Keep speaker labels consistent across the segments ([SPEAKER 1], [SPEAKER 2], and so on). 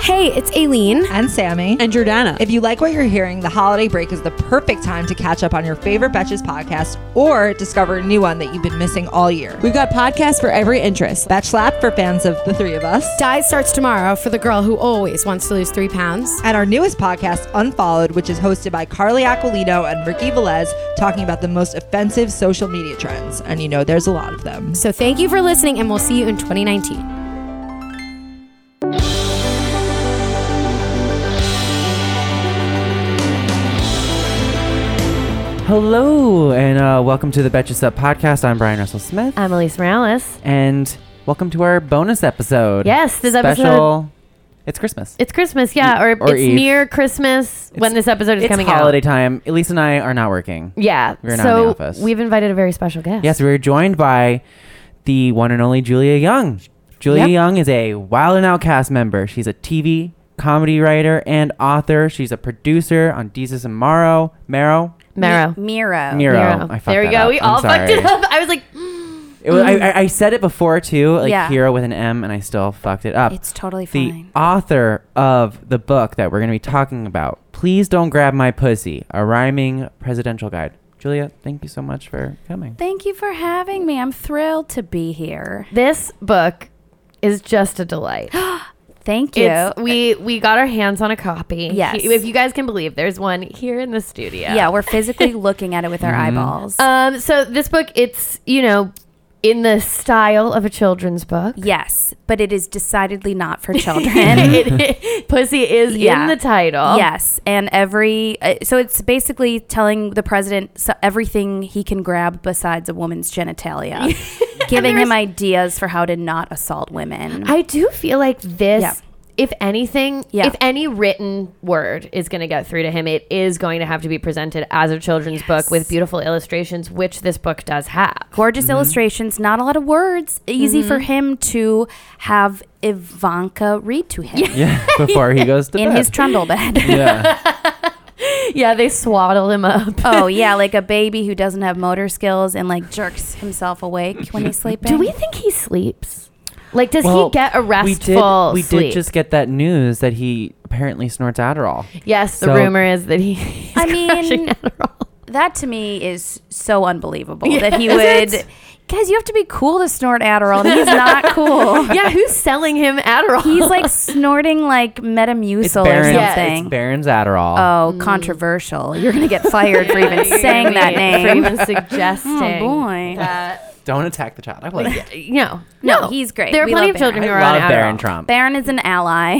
[SPEAKER 1] Hey, it's Aileen.
[SPEAKER 2] and Sammy.
[SPEAKER 3] And Jordana.
[SPEAKER 2] If you like what you're hearing, the holiday break is the perfect time to catch up on your favorite Betches podcast or discover a new one that you've been missing all year.
[SPEAKER 3] We've got podcasts for every interest.
[SPEAKER 2] Betch Lab for fans of the three of us.
[SPEAKER 1] Diet starts tomorrow for the girl who always wants to lose three pounds.
[SPEAKER 2] And our newest podcast, Unfollowed, which is hosted by Carly Aquilino and Ricky Velez, talking about the most offensive social media trends. And you know, there's a lot of them.
[SPEAKER 1] So thank you for listening, and we'll see you in 2019.
[SPEAKER 4] Hello, and uh, welcome to the Betches Up podcast. I'm Brian Russell Smith,
[SPEAKER 5] I'm Elise Morales.
[SPEAKER 4] and welcome to our bonus episode.
[SPEAKER 5] Yes, this
[SPEAKER 4] special.
[SPEAKER 5] episode-
[SPEAKER 4] It's Christmas.
[SPEAKER 5] It's Christmas, yeah, or,
[SPEAKER 4] Or
[SPEAKER 5] it's
[SPEAKER 4] Eve.
[SPEAKER 5] near Christmas when this episode is
[SPEAKER 4] it's
[SPEAKER 5] coming
[SPEAKER 4] holiday
[SPEAKER 5] out.
[SPEAKER 4] time. Elise and I are not working.
[SPEAKER 5] Yeah,
[SPEAKER 4] We're not in
[SPEAKER 5] so
[SPEAKER 4] the office.
[SPEAKER 5] we've invited a very special guest.
[SPEAKER 4] Yes, we were joined by the one and only Julia Young. Julia
[SPEAKER 2] Yep.
[SPEAKER 4] Young is a Wild and Out cast member. She's a TV comedy writer and author. She's a producer on Jesus and Morrow. Marrow?
[SPEAKER 5] Mero.
[SPEAKER 6] Miro.
[SPEAKER 4] Miro.
[SPEAKER 5] Mero.
[SPEAKER 4] I fucked
[SPEAKER 5] Oh, There we
[SPEAKER 4] that
[SPEAKER 5] go.
[SPEAKER 4] up.
[SPEAKER 5] We
[SPEAKER 4] I'm
[SPEAKER 5] all fucked it
[SPEAKER 4] sorry.
[SPEAKER 5] up. I was like, "Mm."
[SPEAKER 4] It was, I, I- I said it before too, like
[SPEAKER 6] Mm. Yeah.
[SPEAKER 4] hero with an M, and I still fucked it up.
[SPEAKER 6] It's totally
[SPEAKER 4] the
[SPEAKER 6] fine.
[SPEAKER 4] author of the book that we're going to be talking about. Please don't grab my pussy. A rhyming presidential guide. Julia, thank you so much for coming.
[SPEAKER 6] Thank you for having me. I'm thrilled to be here.
[SPEAKER 5] this book is just a delight.
[SPEAKER 6] Thank you.
[SPEAKER 5] It's, we we got our hands on a copy.
[SPEAKER 6] Yes.
[SPEAKER 5] He- if you guys can believe, there's one here in the studio.
[SPEAKER 6] yeah, we're physically looking at it with our eyeballs.
[SPEAKER 5] Um. So this book, it's you know, in the style of a children's book.
[SPEAKER 6] yes, but it is decidedly not for children.
[SPEAKER 5] Pussy is
[SPEAKER 6] Yeah.
[SPEAKER 5] in the title.
[SPEAKER 6] Yes, and every uh, so it's basically telling the president so everything he can grab besides a woman's genitalia, giving him ideas for how to not assault women.
[SPEAKER 5] I do feel like this.
[SPEAKER 6] Yeah.
[SPEAKER 5] If anything,
[SPEAKER 6] Yeah.
[SPEAKER 5] if any written word is going to get through to him, it is going to have to be presented as a children's book with beautiful illustrations, which this book does have.
[SPEAKER 6] gorgeous illustrations, not a lot of words. Easy for him to have Ivanka read to him
[SPEAKER 4] Yeah, before he goes to
[SPEAKER 6] in
[SPEAKER 4] bed.
[SPEAKER 6] his trundle bed.
[SPEAKER 4] yeah.
[SPEAKER 5] Yeah, they swaddle him up.
[SPEAKER 6] oh yeah, like a baby who doesn't have motor skills and like jerks himself awake when he's sleeping.
[SPEAKER 5] Do we think he sleeps? Like, does
[SPEAKER 4] Well,
[SPEAKER 5] he get a
[SPEAKER 4] we did,
[SPEAKER 5] restful
[SPEAKER 4] we
[SPEAKER 5] sleep?
[SPEAKER 4] did just get that news that he apparently snorts Adderall.
[SPEAKER 5] yes, the
[SPEAKER 4] So-
[SPEAKER 5] rumor is that he. He's
[SPEAKER 6] I mean-
[SPEAKER 5] crushing Adderall.
[SPEAKER 6] That to me is so unbelievable that he
[SPEAKER 5] Is
[SPEAKER 6] would.
[SPEAKER 5] it?
[SPEAKER 6] Guys, you have to be cool to snort Adderall. and He's not cool.
[SPEAKER 5] yeah, who's selling him Adderall?
[SPEAKER 6] He's like snorting like Metamucil or
[SPEAKER 4] Barron's,
[SPEAKER 5] Yeah,
[SPEAKER 6] something.
[SPEAKER 4] it's Barron's Adderall.
[SPEAKER 5] Mm.
[SPEAKER 6] oh, controversial. You're going to get fired for even saying that
[SPEAKER 5] for
[SPEAKER 6] name.
[SPEAKER 5] even suggesting.
[SPEAKER 6] Oh, boy. Oh.
[SPEAKER 5] that-
[SPEAKER 4] Don't attack the child. I like it.
[SPEAKER 5] you know,
[SPEAKER 6] No, he's great.
[SPEAKER 5] There are
[SPEAKER 6] We
[SPEAKER 5] plenty
[SPEAKER 6] love
[SPEAKER 5] of children
[SPEAKER 4] I
[SPEAKER 5] who are
[SPEAKER 4] love
[SPEAKER 5] on Adderall.
[SPEAKER 4] Barron Trump.
[SPEAKER 6] Barron is an ally.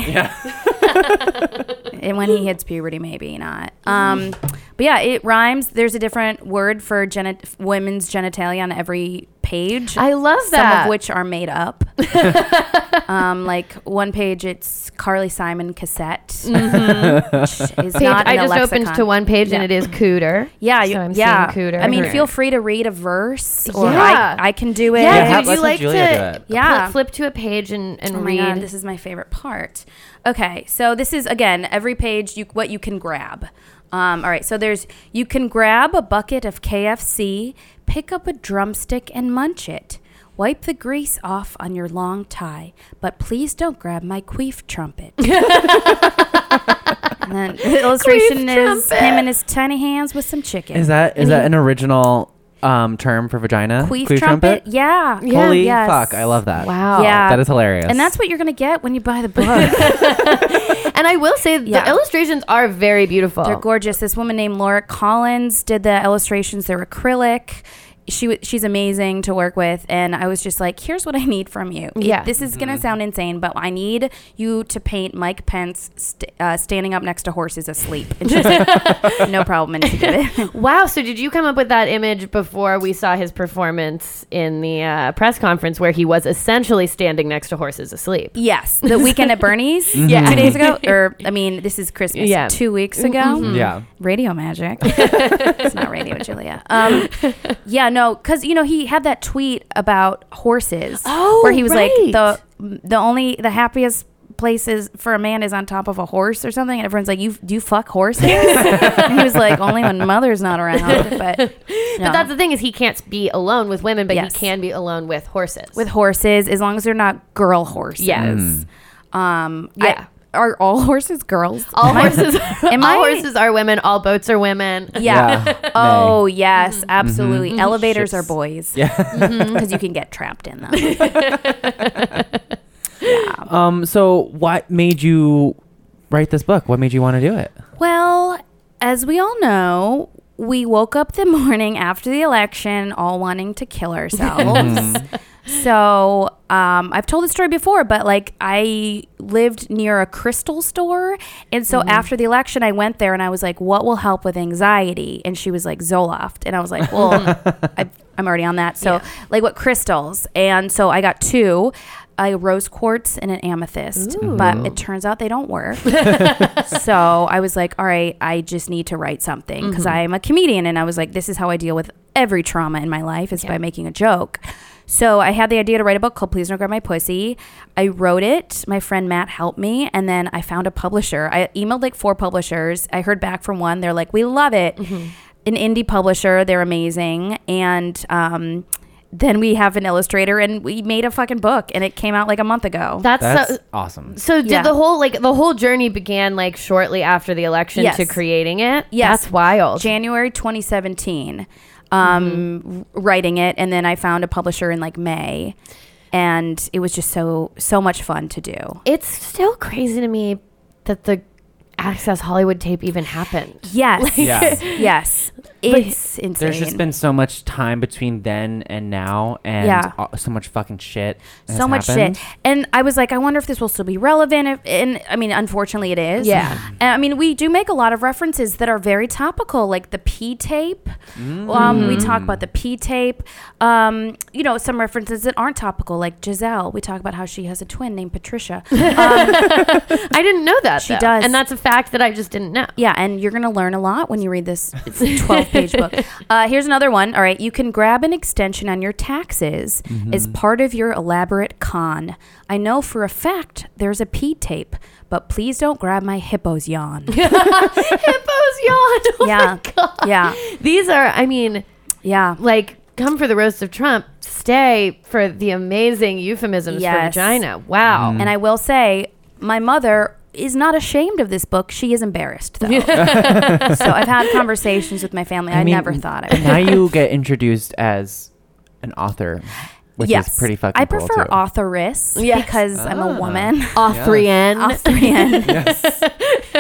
[SPEAKER 6] and when he hits puberty, maybe not. Um, but yeah, it rhymes. There's a different word for genit- women's genitalia on every page.
[SPEAKER 5] I love
[SPEAKER 6] Some
[SPEAKER 5] that.
[SPEAKER 6] of which are made up. um, like one page, it's Carly Simon cassette. Which is
[SPEAKER 5] Mm-hmm. page-
[SPEAKER 6] not
[SPEAKER 5] I
[SPEAKER 6] in a
[SPEAKER 5] just opened
[SPEAKER 6] lexicon.
[SPEAKER 5] to one page and it
[SPEAKER 6] Yeah.
[SPEAKER 5] is cooter.
[SPEAKER 6] Yeah, you,
[SPEAKER 5] so I'm
[SPEAKER 6] yeah.
[SPEAKER 5] seeing cooter.
[SPEAKER 6] I mean,
[SPEAKER 5] here.
[SPEAKER 6] feel free to read a verse, or
[SPEAKER 5] Yeah.
[SPEAKER 6] I, I can do it.
[SPEAKER 5] Yeah,
[SPEAKER 4] Yeah,
[SPEAKER 5] dude,
[SPEAKER 4] let's let
[SPEAKER 5] you like
[SPEAKER 4] Julia do
[SPEAKER 5] to
[SPEAKER 4] it.
[SPEAKER 6] Yeah.
[SPEAKER 5] yeah. flip to a page and, and
[SPEAKER 6] Oh my
[SPEAKER 5] read.
[SPEAKER 6] god, this is my favorite part. Okay, so this is again every page you what you can grab. Um, all right, so there's you can grab a bucket of KFC, pick up a drumstick and munch it. Wipe the grease off on your long tie, but please don't grab my queef trumpet. and then the illustration
[SPEAKER 5] Queef
[SPEAKER 6] is
[SPEAKER 5] trumpet.
[SPEAKER 6] him in his tiny hands with some chicken.
[SPEAKER 4] Is that is that an original um, term for vagina?
[SPEAKER 6] queef, trumpet? Yeah. yeah.
[SPEAKER 4] Holy
[SPEAKER 6] yes.
[SPEAKER 4] fuck! I love that.
[SPEAKER 5] wow.
[SPEAKER 6] Yeah.
[SPEAKER 4] That is hilarious.
[SPEAKER 6] And that's what you're gonna get when you buy the book.
[SPEAKER 5] And I will say the
[SPEAKER 6] Yeah.
[SPEAKER 5] illustrations are very beautiful.
[SPEAKER 6] They're gorgeous. This woman named Laura Collins did the illustrations. They're acrylic. She wa- she's amazing to work with, and I was just like, "Here's what I need from you. It-
[SPEAKER 5] Yeah.
[SPEAKER 6] this is gonna sound insane, but I need you to paint Mike Pence st- uh, standing up next to horses asleep." And she's like, "No problem." And she did it.
[SPEAKER 5] Wow. So did you come up with that image before we saw his performance in the uh, press conference where he was essentially standing next to horses asleep?
[SPEAKER 6] yes, the weekend at Bernie's
[SPEAKER 5] Yeah.
[SPEAKER 6] two days ago, or I mean, this is Christmas
[SPEAKER 5] Yeah. Mm-hmm.
[SPEAKER 6] two weeks ago.
[SPEAKER 4] yeah.
[SPEAKER 6] Radio magic. it's not radio, Julia. Um, yeah, no, because you know he had that tweet about horses,
[SPEAKER 5] Oh,
[SPEAKER 6] where he was
[SPEAKER 5] right.
[SPEAKER 6] like the the only the happiest places for a man is on top of a horse or something, and everyone's like, "You do you fuck horses?" and he was like, "Only when mother's not around." But
[SPEAKER 5] But that's the thing is he can't be alone with women, but
[SPEAKER 6] Yes.
[SPEAKER 5] he can be alone with horses.
[SPEAKER 6] with horses as long as they're not girl horses.
[SPEAKER 5] Yes.
[SPEAKER 6] Um,
[SPEAKER 5] Yeah.
[SPEAKER 6] yeah. are all horses girls?
[SPEAKER 5] All horses,
[SPEAKER 6] Am
[SPEAKER 5] all
[SPEAKER 6] I-
[SPEAKER 5] horses are women. All boats are women.
[SPEAKER 6] Yeah.
[SPEAKER 4] Yeah.
[SPEAKER 6] Oh yes, absolutely. Elevators
[SPEAKER 4] Ships.
[SPEAKER 6] are boys.
[SPEAKER 4] Yeah.
[SPEAKER 6] Because you can get trapped in them.
[SPEAKER 4] Um. So, what made you write this book? What made you want to do it?
[SPEAKER 6] well, as we all know, we woke up the morning after the election all wanting to kill ourselves. so um, I've told this story before, but like I lived near a crystal store. And so after the election, I went there and I was like, what will help with anxiety? And she was like, Zoloft. And I was like, well, I, I'm already on that. So, like, what crystals? And so I got two. A rose quartz and an amethyst, but it turns out they don't work. so I was like, all right, I just need to write something because I'm a comedian. And I was like, this is how I deal with every trauma in my life is by making a joke. So I had the idea to write a book called Please Don't Grab My Pussy. I wrote it. My friend Matt helped me. And then I found a publisher. I emailed like four publishers. I heard back from one. They're like, we love it. An indie publisher. They're amazing. And, um, then we have an illustrator and we made a fucking book and it came out like a month ago.
[SPEAKER 5] That's,
[SPEAKER 4] That's
[SPEAKER 5] so,
[SPEAKER 4] awesome.
[SPEAKER 5] so. Did
[SPEAKER 6] Yeah.
[SPEAKER 5] the whole like the whole journey began like shortly after the election
[SPEAKER 6] Yes.
[SPEAKER 5] to creating it?
[SPEAKER 6] Yes.
[SPEAKER 5] that's wild.
[SPEAKER 6] January 2017, um, w- writing it, and then I found a publisher in like May, and it was just so so much fun to do.
[SPEAKER 5] it's still crazy to me that the Access Hollywood tape even happened.
[SPEAKER 6] Yes,
[SPEAKER 4] Yeah.
[SPEAKER 6] yes, it's insane.
[SPEAKER 4] There's just been so much time between then and now, and
[SPEAKER 6] Yeah.
[SPEAKER 4] uh, so much fucking shit. has
[SPEAKER 6] so much
[SPEAKER 4] happened.
[SPEAKER 6] shit, and I was like, I wonder if this will still be relevant. If, and I mean, unfortunately, it is.
[SPEAKER 5] Yeah.
[SPEAKER 6] and I mean, we do make a lot of references that are very topical, like the P tape.
[SPEAKER 4] Mm.
[SPEAKER 6] Um, we talk about the P tape. Um, you know, some references that aren't topical, like Giselle. We talk about how she has a twin named Patricia.
[SPEAKER 5] I didn't know that.
[SPEAKER 6] She
[SPEAKER 5] though.
[SPEAKER 6] does.
[SPEAKER 5] and that's a fact that I just didn't know.
[SPEAKER 6] Yeah, and you're going to learn a lot when you read this 12 page book. Uh, here's another one. All right, you can grab an extension on your taxes
[SPEAKER 4] Mm-hmm.
[SPEAKER 6] as part of your elaborate con. I know for a fact there's a P tape, but please don't grab my hippo's yawn.
[SPEAKER 5] Hippos yawned. Oh
[SPEAKER 6] Yeah.
[SPEAKER 5] my God.
[SPEAKER 6] Yeah.
[SPEAKER 5] These are, I mean,
[SPEAKER 6] yeah.
[SPEAKER 5] like, come for the roast of Trump, stay for the amazing euphemisms for
[SPEAKER 6] Yes.
[SPEAKER 5] vagina.
[SPEAKER 4] Mm.
[SPEAKER 5] Wow.
[SPEAKER 6] And I will say, my mother is not ashamed of this book. She is embarrassed, though. so I've had conversations with my family. I,
[SPEAKER 4] mean,
[SPEAKER 6] never thought I would.
[SPEAKER 4] now you get introduced as an author, which is pretty fucking.
[SPEAKER 6] I
[SPEAKER 4] cool,
[SPEAKER 6] prefer
[SPEAKER 4] too.
[SPEAKER 6] authoress
[SPEAKER 5] Yes.
[SPEAKER 6] because I'm a woman.
[SPEAKER 5] Austrian.
[SPEAKER 6] Uh-huh. Austrian. yes.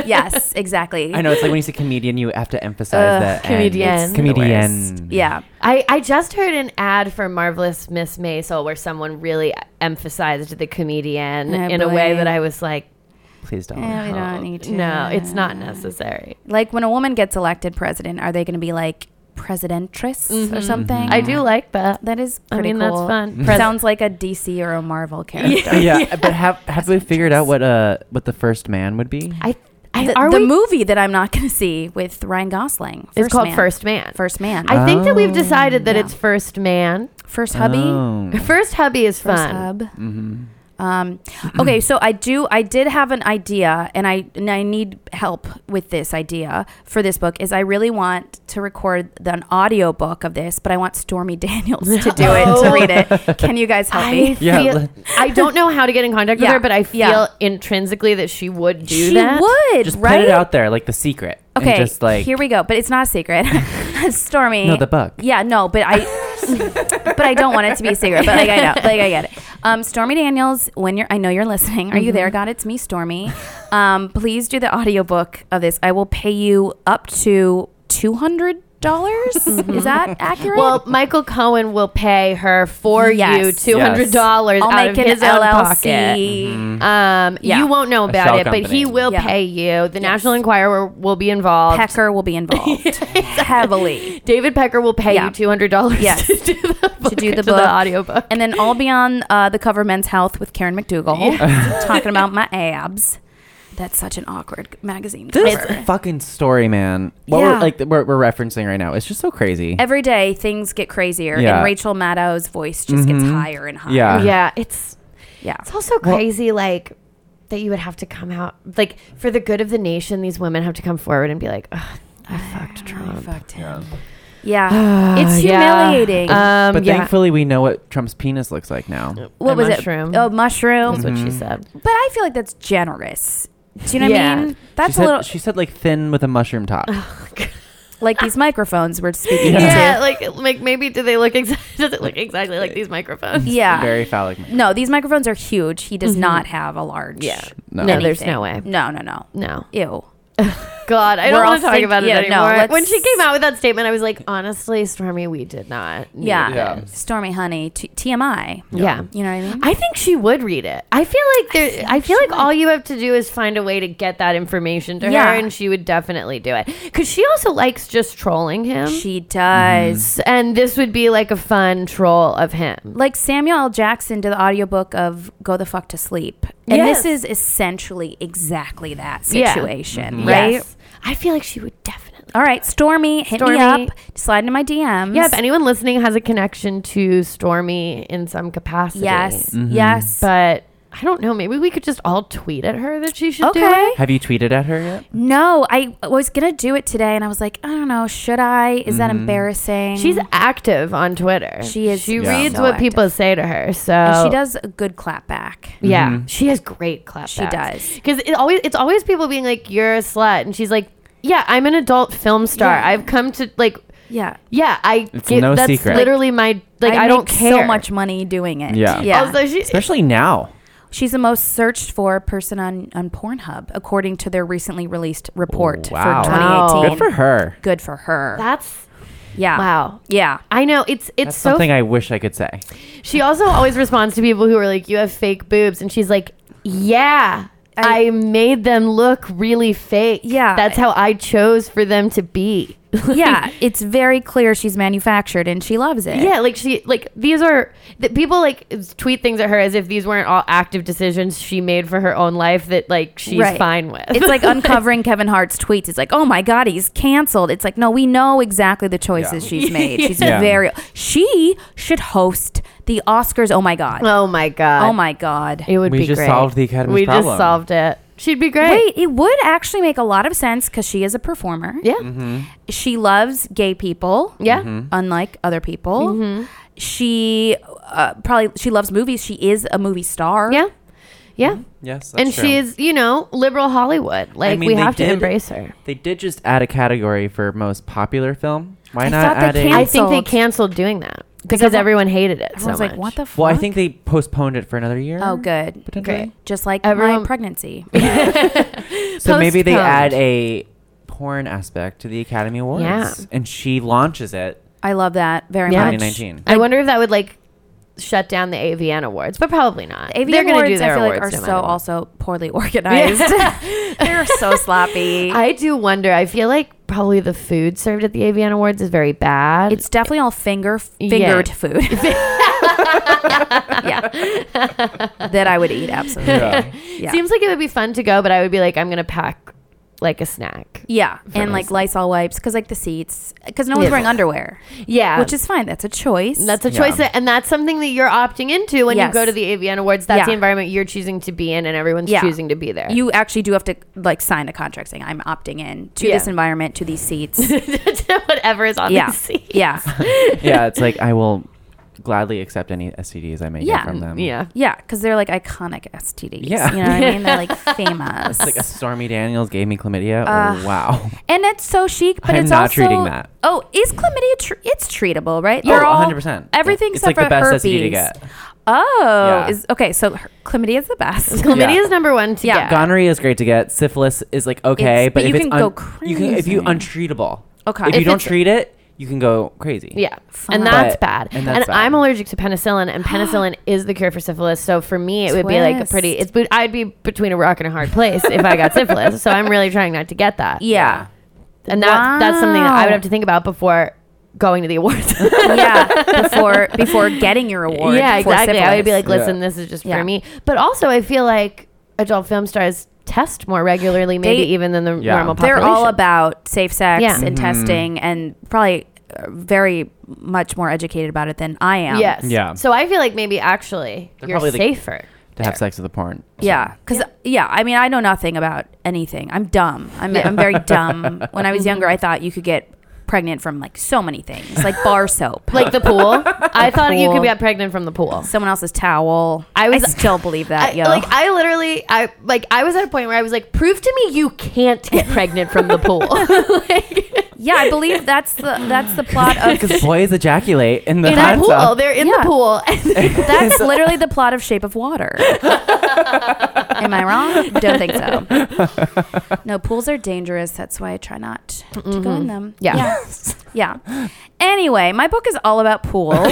[SPEAKER 6] yes, exactly.
[SPEAKER 4] I know it's like when you say comedian, you have to emphasize
[SPEAKER 5] Ugh,
[SPEAKER 4] that
[SPEAKER 5] comedian. It's
[SPEAKER 4] and
[SPEAKER 5] the
[SPEAKER 4] comedian.
[SPEAKER 6] Yeah.
[SPEAKER 5] I, I just heard an ad for Marvelous Miss Maisel where someone really emphasized the comedian
[SPEAKER 6] Oh,
[SPEAKER 5] in a way
[SPEAKER 6] boy.
[SPEAKER 5] that I was like,
[SPEAKER 4] Please don't.
[SPEAKER 6] Yeah, we don't need to.
[SPEAKER 5] no, it's not necessary.
[SPEAKER 6] Like when a woman gets elected president, are they going to be like presidentress or something?
[SPEAKER 5] Mm-hmm. I do like that.
[SPEAKER 6] That is
[SPEAKER 5] I
[SPEAKER 6] pretty
[SPEAKER 5] mean, that's
[SPEAKER 6] cool.
[SPEAKER 5] fun.
[SPEAKER 4] Mm-hmm.
[SPEAKER 6] It Sounds like a DC or a Marvel character.
[SPEAKER 4] yeah, but have have we figured out what uh what the first man would be?
[SPEAKER 5] I, I
[SPEAKER 6] The,
[SPEAKER 5] are
[SPEAKER 6] the
[SPEAKER 5] we?
[SPEAKER 6] movie that I'm not going to see with Ryan Gosling.
[SPEAKER 5] it's called
[SPEAKER 6] Man.
[SPEAKER 5] First Man.
[SPEAKER 6] First Man.
[SPEAKER 4] Uh,
[SPEAKER 5] I think that we've decided that
[SPEAKER 6] yeah.
[SPEAKER 5] it's First Man.
[SPEAKER 6] first hubby.
[SPEAKER 4] Oh.
[SPEAKER 5] First hubby is
[SPEAKER 6] First
[SPEAKER 5] fun.
[SPEAKER 6] hub.
[SPEAKER 4] Mm-hmm.
[SPEAKER 6] Um, okay, so I do. I did have an idea, and I and I need help with this idea for this book. Is I really want to record the, an audio book of this, but I want Stormy Daniels to do it to
[SPEAKER 5] Oh.
[SPEAKER 6] read it. Can you guys help
[SPEAKER 5] I
[SPEAKER 6] me?
[SPEAKER 4] Yeah,
[SPEAKER 5] feel-
[SPEAKER 4] let-
[SPEAKER 5] I don't know how to get in contact with
[SPEAKER 6] Yeah,
[SPEAKER 5] her, but I feel
[SPEAKER 6] yeah.
[SPEAKER 5] intrinsically that she would do
[SPEAKER 6] she
[SPEAKER 5] that.
[SPEAKER 6] would,
[SPEAKER 4] Just
[SPEAKER 6] right?
[SPEAKER 4] put it out there, like the secret. and
[SPEAKER 6] Okay,
[SPEAKER 4] just like
[SPEAKER 6] here we go. But it's not a secret. Stormy.
[SPEAKER 4] No, the book.
[SPEAKER 6] Yeah, no, but I, but I don't want it to be a secret. But like I know, like I get it. Um, Stormy Daniels, when you're, I know you're listening. Are you there?
[SPEAKER 5] Mm-hmm.
[SPEAKER 6] God, it's me, Stormy. Um, please do the audiobook of this. I will pay you up to two hundred dollars. Is that
[SPEAKER 5] Mm-hmm.
[SPEAKER 6] accurate?
[SPEAKER 5] Well, Michael Cohen will pay her for
[SPEAKER 6] Yes.
[SPEAKER 5] you two hundred dollars
[SPEAKER 6] I'll
[SPEAKER 5] out
[SPEAKER 6] make
[SPEAKER 5] of
[SPEAKER 6] it
[SPEAKER 5] his own pocket.
[SPEAKER 6] LLC.
[SPEAKER 5] Um,
[SPEAKER 6] Yeah.
[SPEAKER 5] you won't know about
[SPEAKER 4] Mm-hmm. shell
[SPEAKER 5] it, but
[SPEAKER 4] company.
[SPEAKER 5] he will
[SPEAKER 6] Yeah.
[SPEAKER 5] pay you. The National Enquirer will be involved.
[SPEAKER 6] Pecker will be involved heavily.
[SPEAKER 5] David Pecker will pay
[SPEAKER 6] Yeah.
[SPEAKER 5] you two hundred dollars
[SPEAKER 6] Yes.
[SPEAKER 5] to do the book,
[SPEAKER 6] to do the
[SPEAKER 5] to
[SPEAKER 6] book,
[SPEAKER 5] audiobook.
[SPEAKER 6] and then I'll be on uh, the cover of Men's Health with Karen McDougal, talking about my abs. That's such an awkward magazine
[SPEAKER 4] This
[SPEAKER 6] cover.
[SPEAKER 4] fucking story, man. What
[SPEAKER 6] Yeah.
[SPEAKER 4] we're like we're, we're referencing right now. It's just so crazy.
[SPEAKER 6] Every day things get crazier,
[SPEAKER 4] Yeah.
[SPEAKER 6] and Rachel Maddow's voice just gets higher and higher.
[SPEAKER 4] Yeah.
[SPEAKER 5] Mm-hmm. yeah, it's
[SPEAKER 6] yeah.
[SPEAKER 5] It's also crazy, like that you would have to come out, like for the good of the nation, these women have to come forward and be like, "Ugh, "I fucked Trump."
[SPEAKER 6] Yeah. it's
[SPEAKER 5] Yeah.
[SPEAKER 6] humiliating.
[SPEAKER 5] Um,
[SPEAKER 4] but
[SPEAKER 5] yeah.
[SPEAKER 4] thankfully, we know what Trump's penis looks like now.
[SPEAKER 6] what
[SPEAKER 5] a
[SPEAKER 6] was
[SPEAKER 5] mushroom. Mm-hmm.
[SPEAKER 6] it? Oh, mushroom.
[SPEAKER 4] Mm-hmm.
[SPEAKER 5] That's what she said.
[SPEAKER 6] But I feel like that's generous. Do you know what
[SPEAKER 5] Yeah.
[SPEAKER 6] I mean? That's
[SPEAKER 4] she said,
[SPEAKER 6] a little
[SPEAKER 4] She said like thin with a mushroom top.
[SPEAKER 6] like these microphones we're speaking
[SPEAKER 5] Yeah,
[SPEAKER 6] into.
[SPEAKER 5] like, like maybe do they look exactly? Does it look exactly like these microphones?
[SPEAKER 6] Yeah.
[SPEAKER 4] Very phallic.
[SPEAKER 6] No, these microphones are huge. He does not have a large.
[SPEAKER 5] Mm-hmm. Yeah.
[SPEAKER 4] No.
[SPEAKER 5] No, there's
[SPEAKER 6] anything.
[SPEAKER 5] no way.
[SPEAKER 6] No, no, no.
[SPEAKER 5] No.
[SPEAKER 6] Ew.
[SPEAKER 5] God, I
[SPEAKER 6] We're
[SPEAKER 5] don't
[SPEAKER 6] all
[SPEAKER 5] want to talk
[SPEAKER 6] think-
[SPEAKER 5] about it
[SPEAKER 6] yeah, no,
[SPEAKER 5] anymore.
[SPEAKER 6] let's-
[SPEAKER 5] when she came out with that statement, I was like, honestly, Stormy, we did not. need
[SPEAKER 6] Yeah.
[SPEAKER 4] Yeah.
[SPEAKER 5] this.
[SPEAKER 6] Stormy Honey, t- TMI.
[SPEAKER 5] Yeah.
[SPEAKER 6] You know what I mean?
[SPEAKER 5] I think she would read it. I feel like there. I, feel like all you have to do is find a way to get that information to
[SPEAKER 6] Yeah.
[SPEAKER 5] her, and she would definitely do it. Because she also likes just trolling him,
[SPEAKER 6] she does.
[SPEAKER 5] and this would be like a fun troll of him.
[SPEAKER 6] Like Samuel L. Jackson did the audiobook of Go the Fuck to Sleep. And
[SPEAKER 5] Yes.
[SPEAKER 6] this is essentially exactly that
[SPEAKER 5] Yeah. Mm-hmm.
[SPEAKER 6] situation, right?
[SPEAKER 5] Yes. I feel like she would definitely.
[SPEAKER 6] All right, Stormy, hit
[SPEAKER 5] Stormy.
[SPEAKER 6] me up. Slide into my DMs.
[SPEAKER 5] Yeah, if anyone listening has a connection to Stormy in some capacity.
[SPEAKER 6] Yes.
[SPEAKER 4] Mm-hmm.
[SPEAKER 6] Yes.
[SPEAKER 5] But I don't know. Maybe we could just all tweet at her that she should do
[SPEAKER 6] Okay.
[SPEAKER 5] it.
[SPEAKER 4] Have you tweeted at her yet?
[SPEAKER 6] No, I was gonna do it today, and I was like, I don't know, should I? Is
[SPEAKER 4] Mm-hmm.
[SPEAKER 6] that embarrassing?
[SPEAKER 5] She's active on Twitter.
[SPEAKER 6] Mm. She is
[SPEAKER 5] She
[SPEAKER 6] so
[SPEAKER 5] reads what people say to her. So
[SPEAKER 6] and she does a good clap back.
[SPEAKER 5] Yeah,
[SPEAKER 4] Mm-hmm.
[SPEAKER 5] she has great clap.
[SPEAKER 6] She does.
[SPEAKER 5] because it always it's always people being like, "You're a slut," and she's like, "Yeah, I'm an adult film star.
[SPEAKER 6] Yeah.
[SPEAKER 5] I've come to like,
[SPEAKER 6] Yeah,
[SPEAKER 5] yeah, I
[SPEAKER 4] It's no
[SPEAKER 5] that's
[SPEAKER 4] secret.
[SPEAKER 5] literally my like I,
[SPEAKER 6] make
[SPEAKER 5] don't care
[SPEAKER 6] so much money doing it.
[SPEAKER 4] Yeah.
[SPEAKER 6] yeah.
[SPEAKER 5] Also, she,
[SPEAKER 4] Especially now.
[SPEAKER 6] She's the most searched for person on on Pornhub, according to their recently released report
[SPEAKER 4] Wow.
[SPEAKER 6] for
[SPEAKER 5] Wow.
[SPEAKER 6] 2018.
[SPEAKER 4] Good for her.
[SPEAKER 6] Good for her.
[SPEAKER 5] that's
[SPEAKER 6] yeah.
[SPEAKER 5] wow.
[SPEAKER 6] Yeah.
[SPEAKER 5] I know it's it's
[SPEAKER 4] That's
[SPEAKER 5] so.
[SPEAKER 4] something I wish I could say.
[SPEAKER 5] she also always responds to people who are like, "You have fake boobs," and she's like, "Yeah." I,
[SPEAKER 6] I-
[SPEAKER 5] made them look really fake.
[SPEAKER 6] Yeah.
[SPEAKER 5] That's how I chose for them to be.
[SPEAKER 6] yeah. It's very clear she's manufactured and she loves it.
[SPEAKER 5] Yeah, like she like these are the people like tweet things at her as if these weren't all active decisions she made for her own life that like she's
[SPEAKER 6] Right.
[SPEAKER 5] fine with.
[SPEAKER 6] It's like uncovering Kevin Hart's tweets. It's like, oh my God, he's canceled. It's like, no, we know exactly the choices she's made. She's
[SPEAKER 4] Yeah.
[SPEAKER 6] very. She should host the Oscars. Oh my God.
[SPEAKER 5] oh my god.
[SPEAKER 6] Oh my God.
[SPEAKER 5] It would
[SPEAKER 4] We
[SPEAKER 5] be
[SPEAKER 4] just
[SPEAKER 5] great.
[SPEAKER 4] solved the Academy's
[SPEAKER 5] We just
[SPEAKER 4] problem.
[SPEAKER 5] solved it. She'd be great.
[SPEAKER 6] Wait, it would actually make a lot of sense because she is a performer.
[SPEAKER 5] Yeah.
[SPEAKER 4] Mm-hmm.
[SPEAKER 6] She loves gay people.
[SPEAKER 5] Yeah. Mm-hmm.
[SPEAKER 6] Unlike other people. She uh, probably she loves movies. She is a movie star.
[SPEAKER 5] Yeah.
[SPEAKER 4] Yes.
[SPEAKER 5] Yeah.
[SPEAKER 4] Mm-hmm. That's
[SPEAKER 5] And she is, you know, liberal Hollywood. Like
[SPEAKER 4] I mean,
[SPEAKER 5] we
[SPEAKER 4] they
[SPEAKER 5] have to
[SPEAKER 4] did-
[SPEAKER 5] embrace her.
[SPEAKER 4] They did just add a category for most popular film. Why
[SPEAKER 6] I
[SPEAKER 4] not
[SPEAKER 6] thought they
[SPEAKER 4] add a?
[SPEAKER 6] can't-
[SPEAKER 5] I think they
[SPEAKER 6] Canceled.
[SPEAKER 5] canceled doing that because, everyone
[SPEAKER 6] everyone-
[SPEAKER 5] hated it so
[SPEAKER 6] Everyone's like,
[SPEAKER 5] much.
[SPEAKER 6] what the fuck?
[SPEAKER 4] well, I think they postponed it for another year.
[SPEAKER 6] Oh, good.
[SPEAKER 4] potentially.
[SPEAKER 6] Just like
[SPEAKER 5] Everyone-
[SPEAKER 6] my pregnancy.
[SPEAKER 4] So maybe they
[SPEAKER 5] Postponed.
[SPEAKER 4] add a porn aspect to the Academy Awards.
[SPEAKER 5] Yeah.
[SPEAKER 4] And she launches it.
[SPEAKER 6] I love that very
[SPEAKER 5] Yeah.
[SPEAKER 6] much.
[SPEAKER 4] 2019.
[SPEAKER 5] I wonder if that would like shut down the AVN awards, but probably not.
[SPEAKER 6] AVN
[SPEAKER 5] They're going to
[SPEAKER 6] awards,
[SPEAKER 5] do their
[SPEAKER 6] I feel
[SPEAKER 5] awards
[SPEAKER 6] like, are
[SPEAKER 5] no matter
[SPEAKER 6] so
[SPEAKER 5] what.
[SPEAKER 6] also poorly organized. They're so sloppy.
[SPEAKER 5] I do wonder. I feel like probably the food served at the AVN Awards is very bad.
[SPEAKER 6] it's definitely all finger
[SPEAKER 5] Yeah.
[SPEAKER 6] fingered food. yeah. Yeah. that I would eat absolutely. Yeah, yeah.
[SPEAKER 5] seems like it would be fun to go, but I would be like, I'm gonna pack like a snack.
[SPEAKER 6] and like Lysol wipes because like the seats because no one's
[SPEAKER 5] Yeah.
[SPEAKER 6] wearing underwear,
[SPEAKER 5] Yeah,
[SPEAKER 6] which is fine. That's a choice.
[SPEAKER 5] that's a
[SPEAKER 4] Yeah.
[SPEAKER 5] choice, that, and that's something that you're opting into when you
[SPEAKER 6] Yes.
[SPEAKER 5] go to the AVN Awards. That's
[SPEAKER 6] Yeah.
[SPEAKER 5] the environment you're choosing to be in, and everyone's
[SPEAKER 6] Yeah.
[SPEAKER 5] choosing to be there.
[SPEAKER 6] you actually do have to like sign a contract saying I'm opting in to
[SPEAKER 5] Yeah.
[SPEAKER 6] this environment to these seats.
[SPEAKER 5] whatever is on
[SPEAKER 6] yeah,
[SPEAKER 5] the seat.
[SPEAKER 6] yeah.
[SPEAKER 4] yeah, it's like I will gladly accept any STDs I may
[SPEAKER 6] Yeah.
[SPEAKER 4] get from them.
[SPEAKER 5] yeah.
[SPEAKER 6] Yeah, because they're like iconic STDs.
[SPEAKER 4] Yeah.
[SPEAKER 6] You know what I mean? They're like famous.
[SPEAKER 4] It's like a Stormy Daniels gave me chlamydia.
[SPEAKER 6] Uh,
[SPEAKER 4] oh, wow.
[SPEAKER 6] and that's so chic, but
[SPEAKER 4] I'm
[SPEAKER 6] it's
[SPEAKER 4] not
[SPEAKER 6] also.
[SPEAKER 4] treating that.
[SPEAKER 6] Oh, is chlamydia? Tr- it's treatable, right?
[SPEAKER 4] Oh,
[SPEAKER 6] They're all-
[SPEAKER 4] 100%.
[SPEAKER 6] Everything
[SPEAKER 4] It's
[SPEAKER 6] except
[SPEAKER 4] like the
[SPEAKER 6] for
[SPEAKER 4] best
[SPEAKER 6] herpes.
[SPEAKER 4] STD to get.
[SPEAKER 6] Oh,
[SPEAKER 4] Yeah.
[SPEAKER 6] is okay. So her- chlamydia is the best.
[SPEAKER 5] Chlamydia
[SPEAKER 4] Yeah.
[SPEAKER 5] is number one to
[SPEAKER 6] Yeah.
[SPEAKER 5] get.
[SPEAKER 4] Gonorrhea is great to get. Syphilis is like okay,
[SPEAKER 6] It's-
[SPEAKER 4] but,
[SPEAKER 6] but
[SPEAKER 4] if
[SPEAKER 6] you
[SPEAKER 4] it's
[SPEAKER 6] can go
[SPEAKER 4] you can if you untreatable.
[SPEAKER 6] Okay.
[SPEAKER 4] If,
[SPEAKER 6] If
[SPEAKER 4] you don't
[SPEAKER 5] it's-
[SPEAKER 4] treat it, you can go crazy.
[SPEAKER 5] Yeah.
[SPEAKER 6] Fine.
[SPEAKER 5] And that's
[SPEAKER 4] But-
[SPEAKER 5] bad. And,
[SPEAKER 4] and that's bad.
[SPEAKER 5] I'm allergic to penicillin and penicillin is the cure for syphilis. So for me it would be like a pretty it's but I'd be between a rock and a hard place if I got syphilis. So I'm really trying not to get that.
[SPEAKER 6] Yeah.
[SPEAKER 5] And that's that's something that I would
[SPEAKER 6] Wow.
[SPEAKER 5] have to think about before going to the awards.
[SPEAKER 6] yeah. Before before getting your award.
[SPEAKER 5] yeah,
[SPEAKER 6] for
[SPEAKER 5] exactly. I would be
[SPEAKER 6] syphilis.
[SPEAKER 5] like, listen, this is just
[SPEAKER 6] Yeah.
[SPEAKER 5] for me. But also I feel like adult film stars test more regularly maybe
[SPEAKER 6] They-
[SPEAKER 5] even than the
[SPEAKER 4] Yeah.
[SPEAKER 5] normal
[SPEAKER 6] they're
[SPEAKER 5] population.
[SPEAKER 6] all about safe sex
[SPEAKER 5] Yeah.
[SPEAKER 6] and testing, and probably uh, very much more educated about it than I am.
[SPEAKER 5] Yes.
[SPEAKER 4] Yeah.
[SPEAKER 5] So I feel like maybe actually
[SPEAKER 4] They're
[SPEAKER 5] you're
[SPEAKER 4] probably the-
[SPEAKER 5] safer.
[SPEAKER 4] To have sex with a porn.
[SPEAKER 6] Yeah, because yeah. I mean, I know nothing about anything. I'm dumb. I'm, I'm very dumb. When I was younger, I thought you could get pregnant from like so many things, like bar soap,
[SPEAKER 5] Like the pool. I thought you
[SPEAKER 6] pool.
[SPEAKER 5] could get pregnant from the pool.
[SPEAKER 6] someone else's towel.
[SPEAKER 5] I was-
[SPEAKER 6] still believe that,
[SPEAKER 5] I,
[SPEAKER 6] yo.
[SPEAKER 5] like I literally, I like I was at a point where I was like, prove to me you can't get pregnant from the pool. like,
[SPEAKER 6] yeah, I believe that's the that's the plot of
[SPEAKER 4] Because boys ejaculate in the
[SPEAKER 5] in a
[SPEAKER 4] hot
[SPEAKER 5] pool,
[SPEAKER 4] tub.
[SPEAKER 5] they're in
[SPEAKER 6] Yeah.
[SPEAKER 5] the pool.
[SPEAKER 6] that's literally the plot of Shape of Water. Am I wrong? Don't think so. No, pools are dangerous. That's why I try not to go in them.
[SPEAKER 5] Yeah.
[SPEAKER 6] yeah. Yeah. Anyway, my book is all about pools.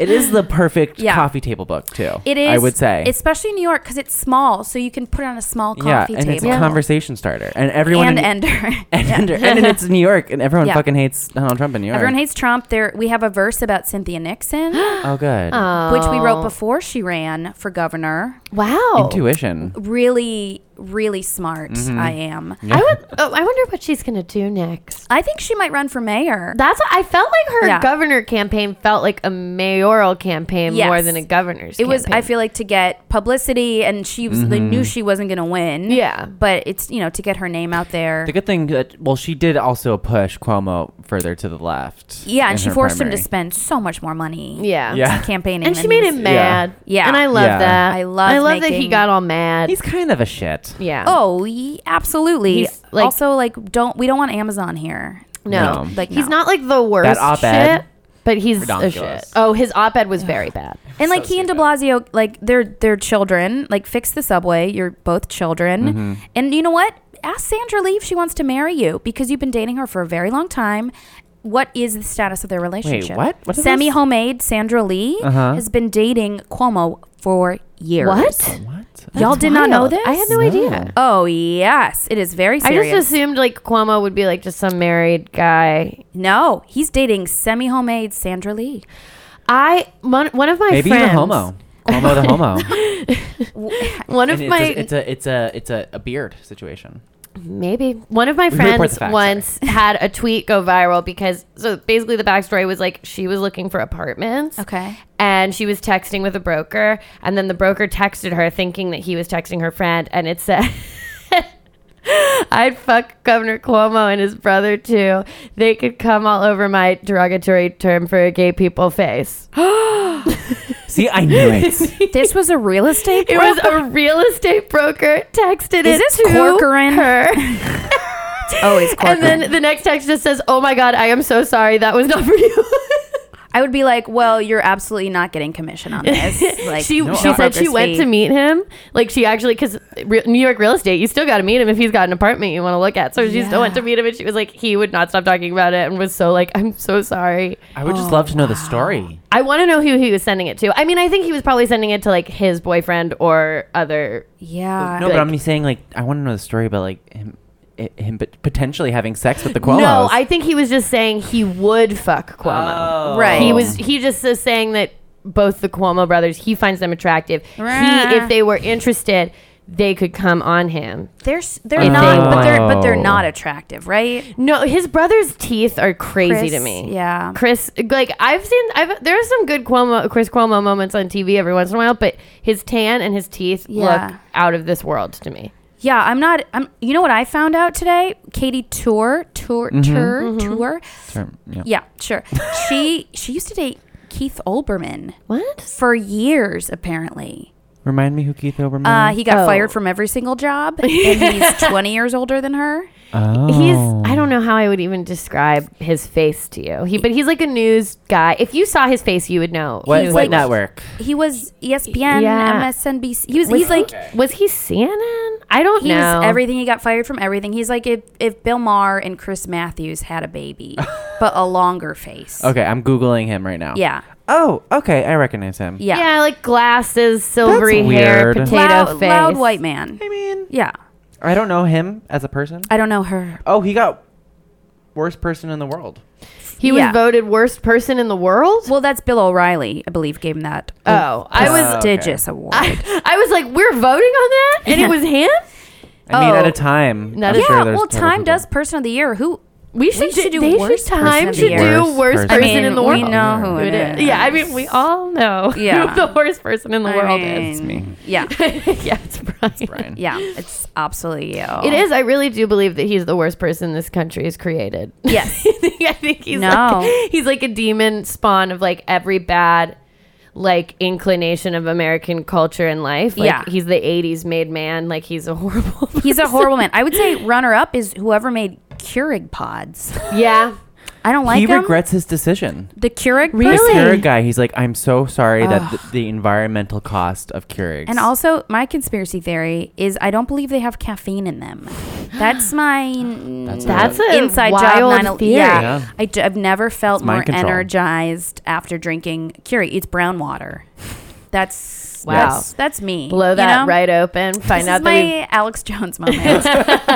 [SPEAKER 4] It is the perfect
[SPEAKER 6] Yeah.
[SPEAKER 4] coffee table book too.
[SPEAKER 6] It is.
[SPEAKER 4] I would say.
[SPEAKER 6] especially in New York, because it's small, so you can put it on a small coffee
[SPEAKER 4] yeah, and
[SPEAKER 6] table.
[SPEAKER 4] it's a conversation starter, and everyone
[SPEAKER 6] and
[SPEAKER 4] in-
[SPEAKER 6] ender.
[SPEAKER 4] and, and it's New York, and everyone
[SPEAKER 6] Yeah.
[SPEAKER 4] fucking hates Donald Trump in New York.
[SPEAKER 6] Everyone hates Trump. There, we have a verse about Cynthia Nixon,
[SPEAKER 4] Oh, good
[SPEAKER 6] which we
[SPEAKER 4] Oh.
[SPEAKER 6] wrote before she ran for governor.
[SPEAKER 5] wow.
[SPEAKER 4] intuition.
[SPEAKER 6] Really, really smart.
[SPEAKER 4] Mm-hmm.
[SPEAKER 6] I am.
[SPEAKER 5] I would. Oh, I wonder what she's gonna do next.
[SPEAKER 6] I think she might run for mayor.
[SPEAKER 5] That's. I felt like her
[SPEAKER 6] Yeah.
[SPEAKER 5] governor campaign felt like a mayoral campaign more
[SPEAKER 6] Yes.
[SPEAKER 5] than a governor's.
[SPEAKER 6] it was, I
[SPEAKER 5] campaign.
[SPEAKER 6] feel like, to get publicity, and she was. They
[SPEAKER 4] Mm-hmm.
[SPEAKER 6] knew she wasn't going to win.
[SPEAKER 5] Yeah.
[SPEAKER 6] but it's you know to get her name out there.
[SPEAKER 4] The good thing that well, she did also push Cuomo further to the left.
[SPEAKER 6] Yeah,
[SPEAKER 4] in
[SPEAKER 6] and she
[SPEAKER 4] her
[SPEAKER 6] forced him
[SPEAKER 4] primary.
[SPEAKER 6] to spend so much more money.
[SPEAKER 5] Yeah.
[SPEAKER 4] Yeah.
[SPEAKER 6] campaigning,
[SPEAKER 5] And she made
[SPEAKER 6] he's-
[SPEAKER 5] him mad.
[SPEAKER 6] Yeah.
[SPEAKER 5] And I love
[SPEAKER 4] Yeah.
[SPEAKER 5] that.
[SPEAKER 6] I love
[SPEAKER 5] I love that he
[SPEAKER 6] making-
[SPEAKER 5] got all mad.
[SPEAKER 4] He's kind of a shit.
[SPEAKER 5] yeah.
[SPEAKER 6] Oh, ye- absolutely.
[SPEAKER 5] He's, like-
[SPEAKER 6] also, like, don't we don't want Amazon here?
[SPEAKER 5] No.
[SPEAKER 4] No.
[SPEAKER 6] Like,
[SPEAKER 5] He's
[SPEAKER 6] no.
[SPEAKER 5] not like the worst
[SPEAKER 4] That op-ed-
[SPEAKER 5] shit, but he's a
[SPEAKER 4] Ridiculous.
[SPEAKER 5] shit. Oh, his op-ed was very bad.
[SPEAKER 6] And like he and De Blasio, like they're they're children. Like, fix the subway. You're both children.
[SPEAKER 4] Mm-hmm.
[SPEAKER 6] And you know what? Ask Sandra Lee if she wants to marry you because you've been dating her for a very long time. What is the status of their relationship?
[SPEAKER 4] what? What is
[SPEAKER 6] Semi
[SPEAKER 4] this?
[SPEAKER 6] homemade Sandra Lee
[SPEAKER 4] Uh-huh.
[SPEAKER 6] has been dating Cuomo for years.
[SPEAKER 5] What?
[SPEAKER 4] What?
[SPEAKER 6] Y'all did not know
[SPEAKER 5] Wild.
[SPEAKER 6] this?
[SPEAKER 5] I had no, idea.
[SPEAKER 6] Oh yes, it is very
[SPEAKER 5] I
[SPEAKER 6] serious.
[SPEAKER 5] just assumed like Cuomo would be like just some married guy.
[SPEAKER 6] no, he's dating semi-homemade Sandra Lee.
[SPEAKER 5] I one, one of my
[SPEAKER 4] Maybe
[SPEAKER 5] friends,
[SPEAKER 4] he's a homo. Cuomo the homo.
[SPEAKER 5] One of
[SPEAKER 4] And
[SPEAKER 5] my
[SPEAKER 4] it's, a, it's a it's a it's a, a beard situation.
[SPEAKER 5] Maybe one of my
[SPEAKER 4] We report the
[SPEAKER 5] friends
[SPEAKER 4] facts,
[SPEAKER 5] once had a tweet go viral because so basically the backstory was like she was looking for apartments.
[SPEAKER 6] Okay.
[SPEAKER 5] And she was texting with a broker, and then the broker texted her thinking that he was texting her friend, and it said. I'd fuck Governor Cuomo and his brother too. They could come all over my derogatory term for a gay people face.
[SPEAKER 4] See, I knew it.
[SPEAKER 6] This was a real estate.
[SPEAKER 5] It was a real estate broker texted it
[SPEAKER 6] Is this
[SPEAKER 5] to
[SPEAKER 6] Corcoran? Oh,
[SPEAKER 5] her.
[SPEAKER 6] always corporate.
[SPEAKER 5] And then the next text just says, "Oh my god, I am so sorry. That was not for you."
[SPEAKER 6] I would be like, "Well, you're absolutely not getting commission on this." Like
[SPEAKER 5] she
[SPEAKER 4] No,
[SPEAKER 5] she
[SPEAKER 4] I-
[SPEAKER 5] said she went to meet him. Like she actually because re- New York real estate, you still got to meet him if he's got an apartment you want to look at. So she still went to meet him, and she was like, he would not stop talking about it, and was so like, "I'm so sorry."
[SPEAKER 4] I would just love to know the story.
[SPEAKER 5] I want to know who he was sending it to. I mean, I think he was probably sending it to like his boyfriend or other.
[SPEAKER 6] Yeah.
[SPEAKER 4] No, but I'm saying like I want to know the story about like him, i- him but potentially having sex with the Cuomo.
[SPEAKER 5] No, I think he was just saying he would fuck Cuomo.
[SPEAKER 4] Oh.
[SPEAKER 6] Right.
[SPEAKER 5] He was he just is saying that both the Cuomo brothers, he finds them attractive. He, if they were interested, they could come on him.
[SPEAKER 6] They're s- they're
[SPEAKER 5] If
[SPEAKER 6] not,
[SPEAKER 5] they
[SPEAKER 6] but they're
[SPEAKER 4] want.
[SPEAKER 6] but they're not attractive, right?
[SPEAKER 5] No, his brother's teeth are crazy
[SPEAKER 6] Chris,
[SPEAKER 5] to me.
[SPEAKER 6] yeah.
[SPEAKER 5] Chris, like I've seen, I've there are some good Cuomo, Chris Cuomo moments on TV every once in a while, but his tan and his teeth
[SPEAKER 6] Yeah.
[SPEAKER 5] look out of this world to me.
[SPEAKER 6] Yeah, I'm not. I'm. You know what I found out today? Katie Tour Tour Tour
[SPEAKER 5] Mm-hmm.
[SPEAKER 6] Tour.
[SPEAKER 4] Term, yeah.
[SPEAKER 6] Yeah, sure. she she used to date Keith Olbermann
[SPEAKER 5] What?
[SPEAKER 6] for years, apparently.
[SPEAKER 4] Remind me who Keith Olbermann.
[SPEAKER 6] Uh,
[SPEAKER 4] is?
[SPEAKER 6] he got
[SPEAKER 5] Oh.
[SPEAKER 6] fired from every single job, and he's 20 years older than her.
[SPEAKER 4] oh.
[SPEAKER 5] He's I don't know how I would even describe his face to you. He, but he's like a news guy. If you saw his face, you would know.
[SPEAKER 4] what,
[SPEAKER 5] he
[SPEAKER 4] what
[SPEAKER 5] was like-
[SPEAKER 4] network?
[SPEAKER 6] He was E ESPN,
[SPEAKER 5] Yeah.
[SPEAKER 6] MSNBC. He was.
[SPEAKER 5] Was
[SPEAKER 6] he's like.
[SPEAKER 5] was he CNN? I don't
[SPEAKER 6] He
[SPEAKER 5] know.
[SPEAKER 6] was everything. He got fired from everything. He's like if, if Bill Maher and Chris Matthews had a baby, but a longer face.
[SPEAKER 4] Okay, I'm googling him right now.
[SPEAKER 6] Yeah.
[SPEAKER 4] Oh, okay, I recognize him.
[SPEAKER 6] Yeah.
[SPEAKER 5] Yeah, like glasses, silvery hair,
[SPEAKER 4] weird.
[SPEAKER 5] potato
[SPEAKER 6] Loud,
[SPEAKER 5] face.
[SPEAKER 6] loud white man.
[SPEAKER 4] I mean,
[SPEAKER 6] Yeah.
[SPEAKER 4] I don't know him as a person.
[SPEAKER 6] I don't know her.
[SPEAKER 4] Oh, he got worst person in the world.
[SPEAKER 5] He was
[SPEAKER 6] Yeah.
[SPEAKER 5] voted worst person in the world.
[SPEAKER 6] Well, that's Bill O'Reilly, I believe, gave him that.
[SPEAKER 5] Oh, I
[SPEAKER 6] uh,
[SPEAKER 5] was
[SPEAKER 6] prestigious award.
[SPEAKER 5] I, I was like, we're voting on that, and it was him.
[SPEAKER 4] I mean,
[SPEAKER 6] Oh.
[SPEAKER 4] at a time.
[SPEAKER 5] Not
[SPEAKER 4] I'm
[SPEAKER 5] a-
[SPEAKER 4] sure
[SPEAKER 6] yeah.
[SPEAKER 4] there's
[SPEAKER 6] well,
[SPEAKER 4] several
[SPEAKER 6] Time
[SPEAKER 4] people.
[SPEAKER 6] does Person of the Year. Who
[SPEAKER 5] We should,
[SPEAKER 6] should
[SPEAKER 5] do.
[SPEAKER 6] do
[SPEAKER 5] They
[SPEAKER 6] worst
[SPEAKER 5] should
[SPEAKER 6] person
[SPEAKER 5] time
[SPEAKER 6] of
[SPEAKER 5] to
[SPEAKER 6] the
[SPEAKER 5] do
[SPEAKER 6] year.
[SPEAKER 5] worst,
[SPEAKER 4] Worst
[SPEAKER 5] person
[SPEAKER 4] person. I
[SPEAKER 5] in the
[SPEAKER 6] we
[SPEAKER 5] world.
[SPEAKER 4] mean,
[SPEAKER 6] know who
[SPEAKER 4] Who
[SPEAKER 5] It
[SPEAKER 6] it is.
[SPEAKER 5] is. Yeah, I mean, we all know
[SPEAKER 6] Yeah.
[SPEAKER 5] who the worst person in the
[SPEAKER 6] I
[SPEAKER 5] world is.
[SPEAKER 6] mean, Yeah,
[SPEAKER 5] yeah, it's Brian.
[SPEAKER 4] Brian.
[SPEAKER 6] yeah, it's absolutely you.
[SPEAKER 5] It is. I really do believe that he's the worst person this country has created.
[SPEAKER 6] Yes.
[SPEAKER 5] I think he's
[SPEAKER 6] No.
[SPEAKER 5] like, he's like a demon spawn of like every bad like inclination of American culture and life. Like,
[SPEAKER 6] Yeah.
[SPEAKER 5] he's the '80s made man. Like he's a horrible.
[SPEAKER 6] He's a horrible man. I would say runner up is whoever made Keurig pods.
[SPEAKER 5] yeah.
[SPEAKER 6] I don't like
[SPEAKER 4] he
[SPEAKER 6] him.
[SPEAKER 4] regrets his decision.
[SPEAKER 6] the Keurig
[SPEAKER 4] The
[SPEAKER 6] person.
[SPEAKER 4] Keurig guy, he's like, I'm so sorry that the, the environmental cost of Keurigs.
[SPEAKER 6] And also, my conspiracy theory is I don't believe they have caffeine in them. That's my
[SPEAKER 4] That's
[SPEAKER 5] That's a
[SPEAKER 6] inside
[SPEAKER 5] wild
[SPEAKER 6] job. nine-
[SPEAKER 5] theory.
[SPEAKER 6] Yeah,
[SPEAKER 4] Yeah.
[SPEAKER 6] I d- I've never felt
[SPEAKER 4] It's mind
[SPEAKER 6] more
[SPEAKER 4] control.
[SPEAKER 6] energized after drinking Keurig. It's brown water. That's
[SPEAKER 5] Wow.
[SPEAKER 6] That's, that's me.
[SPEAKER 5] Blow
[SPEAKER 6] you
[SPEAKER 5] that
[SPEAKER 6] know?
[SPEAKER 5] right open. Find
[SPEAKER 6] This
[SPEAKER 5] out that
[SPEAKER 6] is
[SPEAKER 5] my-
[SPEAKER 6] my Alex Jones moment.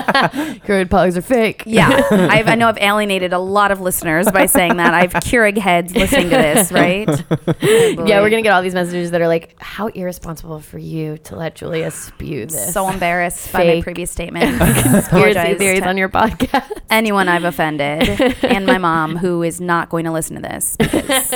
[SPEAKER 5] Keurig plugs are fake.
[SPEAKER 6] yeah, I've, I know I've alienated a lot of listeners by saying that. I've Keurig heads listening to this, right?
[SPEAKER 5] Yeah, we're gonna get all these messages that are like, "How irresponsible for you to let Julia spew this
[SPEAKER 6] so embarrassed by my
[SPEAKER 5] Fake.
[SPEAKER 6] previous statement.
[SPEAKER 5] conspiracy
[SPEAKER 6] Apologize
[SPEAKER 5] theories
[SPEAKER 6] to
[SPEAKER 5] on your podcast."
[SPEAKER 6] anyone I've offended and my mom, who is not going to listen to this. because,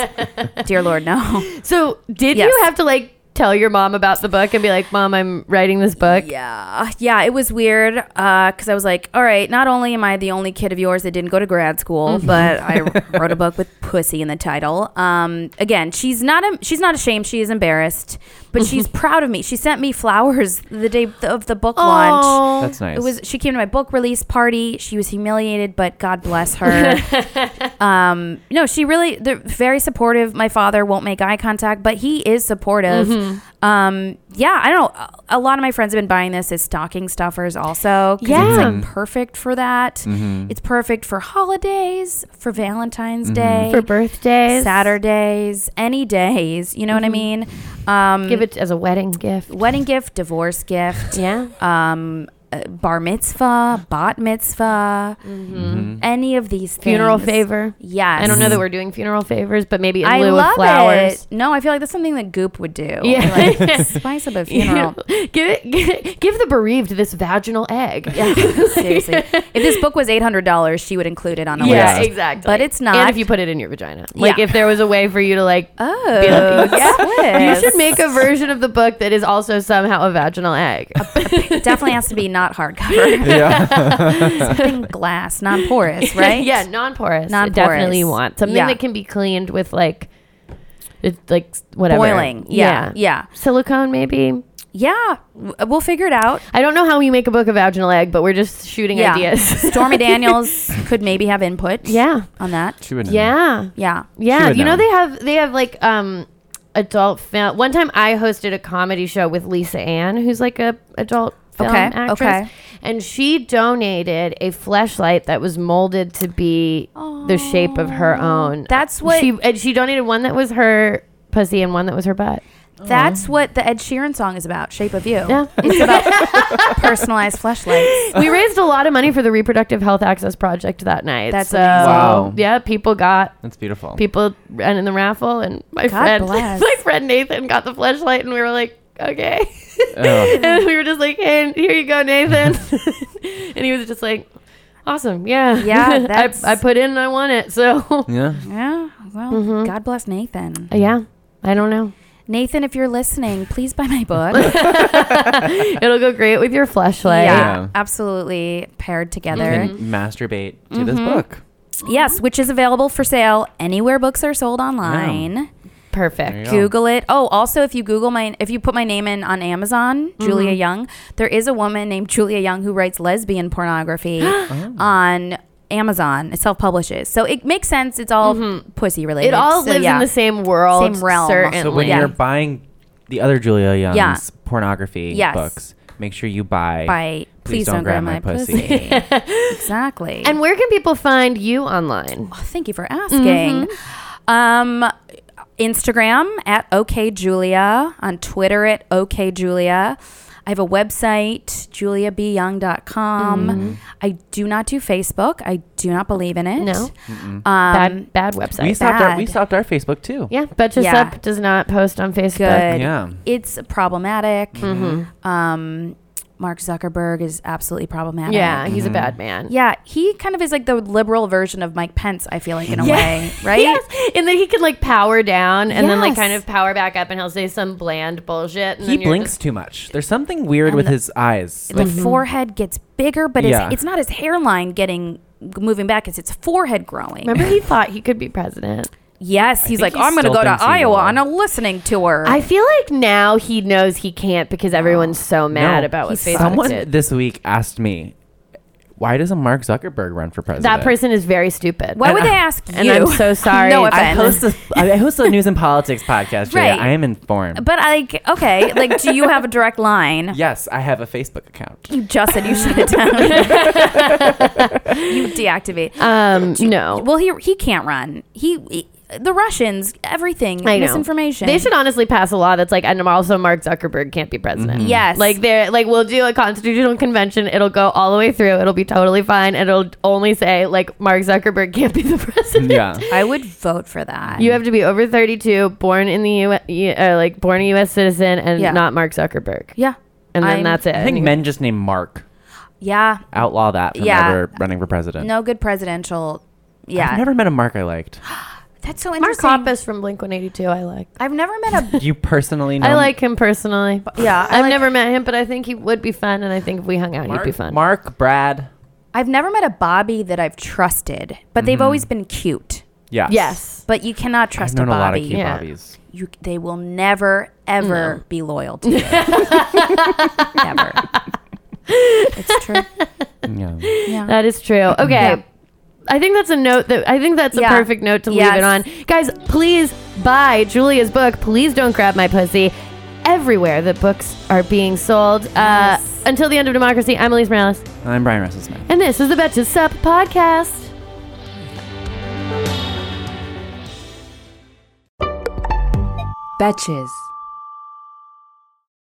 [SPEAKER 6] dear Lord, no.
[SPEAKER 5] So, did
[SPEAKER 6] Yes.
[SPEAKER 5] you have to like tell your mom about the book and be like, "Mom, I'm writing this book"?
[SPEAKER 6] Yeah, Uh, yeah, it was weird because I was like, all right, not only am I the only kid of yours that didn't go to grad school, but I wrote a book with pussy in the title. Um, again, she's not em- she's not ashamed. She is embarrassed, but she's proud of me. She sent me flowers the day of the book launch.
[SPEAKER 4] That's nice.
[SPEAKER 6] It was. She came to my book release party. She was humiliated, but God bless her. um, no, she really. They're very supportive. My father won't make eye contact, but he is supportive. Um, yeah, I don't know. A lot of my friends have been buying this as stocking stuffers. Also, 'cause it's
[SPEAKER 5] Yeah.
[SPEAKER 6] like perfect for that.
[SPEAKER 4] Mm-hmm.
[SPEAKER 6] It's perfect for holidays, for Valentine's Day,
[SPEAKER 5] for birthdays,
[SPEAKER 6] Saturdays, any days. You know what I mean? Um,
[SPEAKER 5] Give it as a wedding gift.
[SPEAKER 6] wedding gift, divorce gift
[SPEAKER 5] Yeah.
[SPEAKER 6] um, uh, bar mitzvah, bat mitzvah,
[SPEAKER 4] Mm-hmm.
[SPEAKER 6] any of these things.
[SPEAKER 5] Funeral favor.
[SPEAKER 6] Yes.
[SPEAKER 5] Mm-hmm. I don't know that we're doing funeral favors, but maybe in
[SPEAKER 6] I
[SPEAKER 5] lieu
[SPEAKER 6] love
[SPEAKER 5] of flowers.
[SPEAKER 6] it. No, I feel like that's something that Goop would do.
[SPEAKER 5] Yeah.
[SPEAKER 6] Like, spice up a funeral.
[SPEAKER 5] give it, give, give the bereaved this vaginal egg.
[SPEAKER 6] Yeah, seriously. If this book was eight hundred dollars, she would include it on a
[SPEAKER 5] Yeah,
[SPEAKER 6] list.
[SPEAKER 5] exactly.
[SPEAKER 6] But it's not.
[SPEAKER 5] And if you put it in your vagina, like
[SPEAKER 6] Yeah.
[SPEAKER 5] if there was a way for you to like,
[SPEAKER 6] oh,
[SPEAKER 5] Be like,
[SPEAKER 6] yes.
[SPEAKER 5] you should make a version of the book that is also somehow a vaginal egg.
[SPEAKER 6] It definitely has to be not hardcover.
[SPEAKER 4] yeah.
[SPEAKER 6] Something glass, non porous, right?
[SPEAKER 5] yeah, non-porous. I
[SPEAKER 6] Non-porous.
[SPEAKER 5] Definitely you want something
[SPEAKER 6] Yeah.
[SPEAKER 5] that can be cleaned with like, it's like s- whatever
[SPEAKER 6] Boiling. Yeah. Yeah.
[SPEAKER 5] silicone maybe.
[SPEAKER 6] Yeah. W- We'll figure it out.
[SPEAKER 5] I don't know how we make a book of vaginal egg, but we're just shooting ideas.
[SPEAKER 6] Stormy Daniels could maybe have input.
[SPEAKER 5] yeah,
[SPEAKER 6] On that.
[SPEAKER 4] She would know.
[SPEAKER 5] yeah,
[SPEAKER 6] Yeah.
[SPEAKER 5] yeah.
[SPEAKER 4] would
[SPEAKER 5] You know
[SPEAKER 4] know.
[SPEAKER 5] they have they have like um adult film. One time I hosted a comedy show with Lisa Ann, who's like a adult film
[SPEAKER 6] Okay,
[SPEAKER 5] actress,
[SPEAKER 6] okay.
[SPEAKER 5] and she donated a flashlight that was molded to be the shape of her own.
[SPEAKER 6] That's what-
[SPEAKER 5] she and she donated one that was her pussy and one that was her butt.
[SPEAKER 6] That's what the Ed Sheeran song is about, Shape of You.
[SPEAKER 5] Yeah.
[SPEAKER 6] It's about personalized fleshlights.
[SPEAKER 5] we raised a lot of money for the reproductive health access project that night.
[SPEAKER 6] That's
[SPEAKER 5] so,
[SPEAKER 6] amazing.
[SPEAKER 4] Wow.
[SPEAKER 5] yeah, people got
[SPEAKER 4] That's beautiful.
[SPEAKER 5] people ran in the raffle and my
[SPEAKER 6] God
[SPEAKER 5] friend
[SPEAKER 6] bless.
[SPEAKER 5] my friend Nathan got the flashlight and we were like, Okay.
[SPEAKER 4] Oh.
[SPEAKER 5] and we were just like, Hey, here you go, Nathan And he was just like Awesome. Yeah.
[SPEAKER 6] Yeah,
[SPEAKER 5] I,
[SPEAKER 6] that's-
[SPEAKER 5] I put in and I won it. So
[SPEAKER 4] yeah.
[SPEAKER 6] Yeah. Well,
[SPEAKER 5] Mm-hmm.
[SPEAKER 6] God bless Nathan.
[SPEAKER 5] yeah. I don't know.
[SPEAKER 6] Nathan, if you're listening, please buy my book.
[SPEAKER 5] It'll go great with your flashlight.
[SPEAKER 6] yeah.
[SPEAKER 4] Yeah.
[SPEAKER 6] Absolutely paired together.
[SPEAKER 4] And masturbate to this
[SPEAKER 6] Mm-hmm.
[SPEAKER 4] book.
[SPEAKER 6] Yes, which is available for sale anywhere books are sold online.
[SPEAKER 5] Perfect.
[SPEAKER 4] There you go.
[SPEAKER 6] Google it. Oh, also if you Google my if you put my name in on Amazon, Julia Young, there is a woman named Julia Young who writes lesbian pornography Oh. on Amazon. It self publishes. So it makes sense. It's all pussy related.
[SPEAKER 5] Mm-hmm. It all
[SPEAKER 6] So,
[SPEAKER 5] lives
[SPEAKER 6] yeah.
[SPEAKER 5] in the same world.
[SPEAKER 6] Same realm. So
[SPEAKER 5] Certainly.
[SPEAKER 4] So when
[SPEAKER 6] Yeah.
[SPEAKER 4] you're buying the other Julia Young's
[SPEAKER 6] Yeah.
[SPEAKER 4] pornography
[SPEAKER 6] Yes.
[SPEAKER 4] books, make sure you buy.
[SPEAKER 6] by please, don't, grab, my, pussy. exactly.
[SPEAKER 5] and where can people find you online?
[SPEAKER 6] thank you for asking.
[SPEAKER 5] Mm-hmm.
[SPEAKER 6] Um, Instagram at OKJulia, on Twitter at OKJulia. I have a website, juliabyoung.com.
[SPEAKER 5] Mm-hmm.
[SPEAKER 6] I do not do Facebook. I do not believe in it.
[SPEAKER 5] No.
[SPEAKER 6] Um,
[SPEAKER 5] Bad bad website.
[SPEAKER 4] We stopped, our,
[SPEAKER 6] bad.
[SPEAKER 4] we stopped our Facebook too.
[SPEAKER 5] Yeah, Betches
[SPEAKER 6] Yeah.
[SPEAKER 5] Up does not post on Facebook.
[SPEAKER 6] good.
[SPEAKER 4] Yeah.
[SPEAKER 5] Mm-hmm.
[SPEAKER 6] It's problematic. Mm-hmm. Um, Mark Zuckerberg is absolutely problematic.
[SPEAKER 5] Yeah,
[SPEAKER 4] Mm-hmm.
[SPEAKER 5] he's a bad man.
[SPEAKER 6] Yeah, he kind of is like the liberal version of Mike Pence, I feel like, in a way, right?
[SPEAKER 5] Yes. And then he can like power down and then like
[SPEAKER 6] Yes.
[SPEAKER 5] kind of power back up and he'll say some bland bullshit. And
[SPEAKER 4] He
[SPEAKER 5] then you're
[SPEAKER 4] blinks
[SPEAKER 5] just-
[SPEAKER 4] too much. There's something weird
[SPEAKER 6] And
[SPEAKER 4] with
[SPEAKER 6] the-
[SPEAKER 4] his eyes.
[SPEAKER 6] The forehead gets bigger, but
[SPEAKER 4] Yeah.
[SPEAKER 6] it's, it's not his hairline getting moving back, it's its forehead growing.
[SPEAKER 5] Remember, he thought he could be president.
[SPEAKER 6] Yes, he's
[SPEAKER 4] think
[SPEAKER 6] like,
[SPEAKER 4] he
[SPEAKER 6] I'm going to
[SPEAKER 4] still
[SPEAKER 6] go to
[SPEAKER 4] thinks he will."
[SPEAKER 6] Iowa on a listening tour.
[SPEAKER 5] I feel like now he knows he can't because everyone's so mad
[SPEAKER 4] No.
[SPEAKER 5] about what
[SPEAKER 6] He's
[SPEAKER 5] Facebook
[SPEAKER 4] Someone
[SPEAKER 5] did.
[SPEAKER 4] this week asked me, why doesn't Mark Zuckerberg run for president?
[SPEAKER 5] That person is very stupid.
[SPEAKER 6] Why would
[SPEAKER 5] And
[SPEAKER 6] they
[SPEAKER 5] I-
[SPEAKER 6] ask
[SPEAKER 5] And
[SPEAKER 6] you?
[SPEAKER 5] I'm so sorry.
[SPEAKER 6] No
[SPEAKER 4] I
[SPEAKER 6] offense.
[SPEAKER 4] host a, I host a news and politics podcast. Julia.
[SPEAKER 6] Right.
[SPEAKER 4] I am informed.
[SPEAKER 6] but like, okay, like, do you have a direct line?
[SPEAKER 4] yes, I have a Facebook account.
[SPEAKER 6] You just said you shut it down. you deactivate.
[SPEAKER 5] Um, no.
[SPEAKER 6] Well, he he can't run. He, he- the Russians, everything
[SPEAKER 5] I know.
[SPEAKER 6] misinformation.
[SPEAKER 5] They should honestly pass a law that's like, and also Mark Zuckerberg can't be president.
[SPEAKER 6] Yes.
[SPEAKER 5] Like they're like, we'll do a constitutional convention. It'll go all the way through. It'll be totally fine. And it'll only say like Mark Zuckerberg can't be the president.
[SPEAKER 4] Yeah.
[SPEAKER 6] I would vote for that.
[SPEAKER 5] You have to be over 32, born in the U. U- Uh, like born a U.S. citizen, and
[SPEAKER 6] Yeah.
[SPEAKER 5] not Mark Zuckerberg.
[SPEAKER 6] yeah,
[SPEAKER 5] And then
[SPEAKER 6] I'm-
[SPEAKER 5] that's it.
[SPEAKER 4] I think men just named Mark.
[SPEAKER 6] Yeah,
[SPEAKER 4] Outlaw that from
[SPEAKER 6] Yeah.
[SPEAKER 4] ever running for president.
[SPEAKER 6] no good presidential.
[SPEAKER 4] I've
[SPEAKER 6] Yeah,
[SPEAKER 4] never met a Mark I liked.
[SPEAKER 6] that's so
[SPEAKER 5] Mark
[SPEAKER 6] interesting.
[SPEAKER 5] Hoppus from Blink 182. I like.
[SPEAKER 6] I've never met a.
[SPEAKER 4] You personally know
[SPEAKER 5] I like him personally.
[SPEAKER 6] Yeah, I
[SPEAKER 5] I've
[SPEAKER 6] like-
[SPEAKER 5] never met him, but I think he would be fun, and I think if we hung out,
[SPEAKER 4] Mark,
[SPEAKER 5] he'd be fun.
[SPEAKER 4] Mark, Brad.
[SPEAKER 6] I've never met a Bobby that I've trusted, but
[SPEAKER 4] Mm-hmm.
[SPEAKER 6] they've always been cute.
[SPEAKER 4] Yes.
[SPEAKER 5] Yes.
[SPEAKER 6] But you cannot
[SPEAKER 4] I've
[SPEAKER 6] trust
[SPEAKER 4] known
[SPEAKER 6] a
[SPEAKER 4] a lot
[SPEAKER 6] Bobby.
[SPEAKER 4] of key
[SPEAKER 5] Yeah.
[SPEAKER 4] Bobbies.
[SPEAKER 6] you they will never ever be loyal to you. never. It's true.
[SPEAKER 4] Yeah.
[SPEAKER 6] Yeah.
[SPEAKER 5] That is true. Okay.
[SPEAKER 6] Yeah.
[SPEAKER 5] I think that's a note that I think that's a
[SPEAKER 6] Yeah.
[SPEAKER 5] perfect note to
[SPEAKER 6] Yes.
[SPEAKER 5] leave it on. Guys, please buy Julia's book. Please don't grab my pussy. Everywhere that books are being sold. Uh, until the end of democracy, I'm Elise Morales,
[SPEAKER 4] I'm Brian Russell Smith.
[SPEAKER 5] and this is the Betches Sup podcast.
[SPEAKER 3] Betches.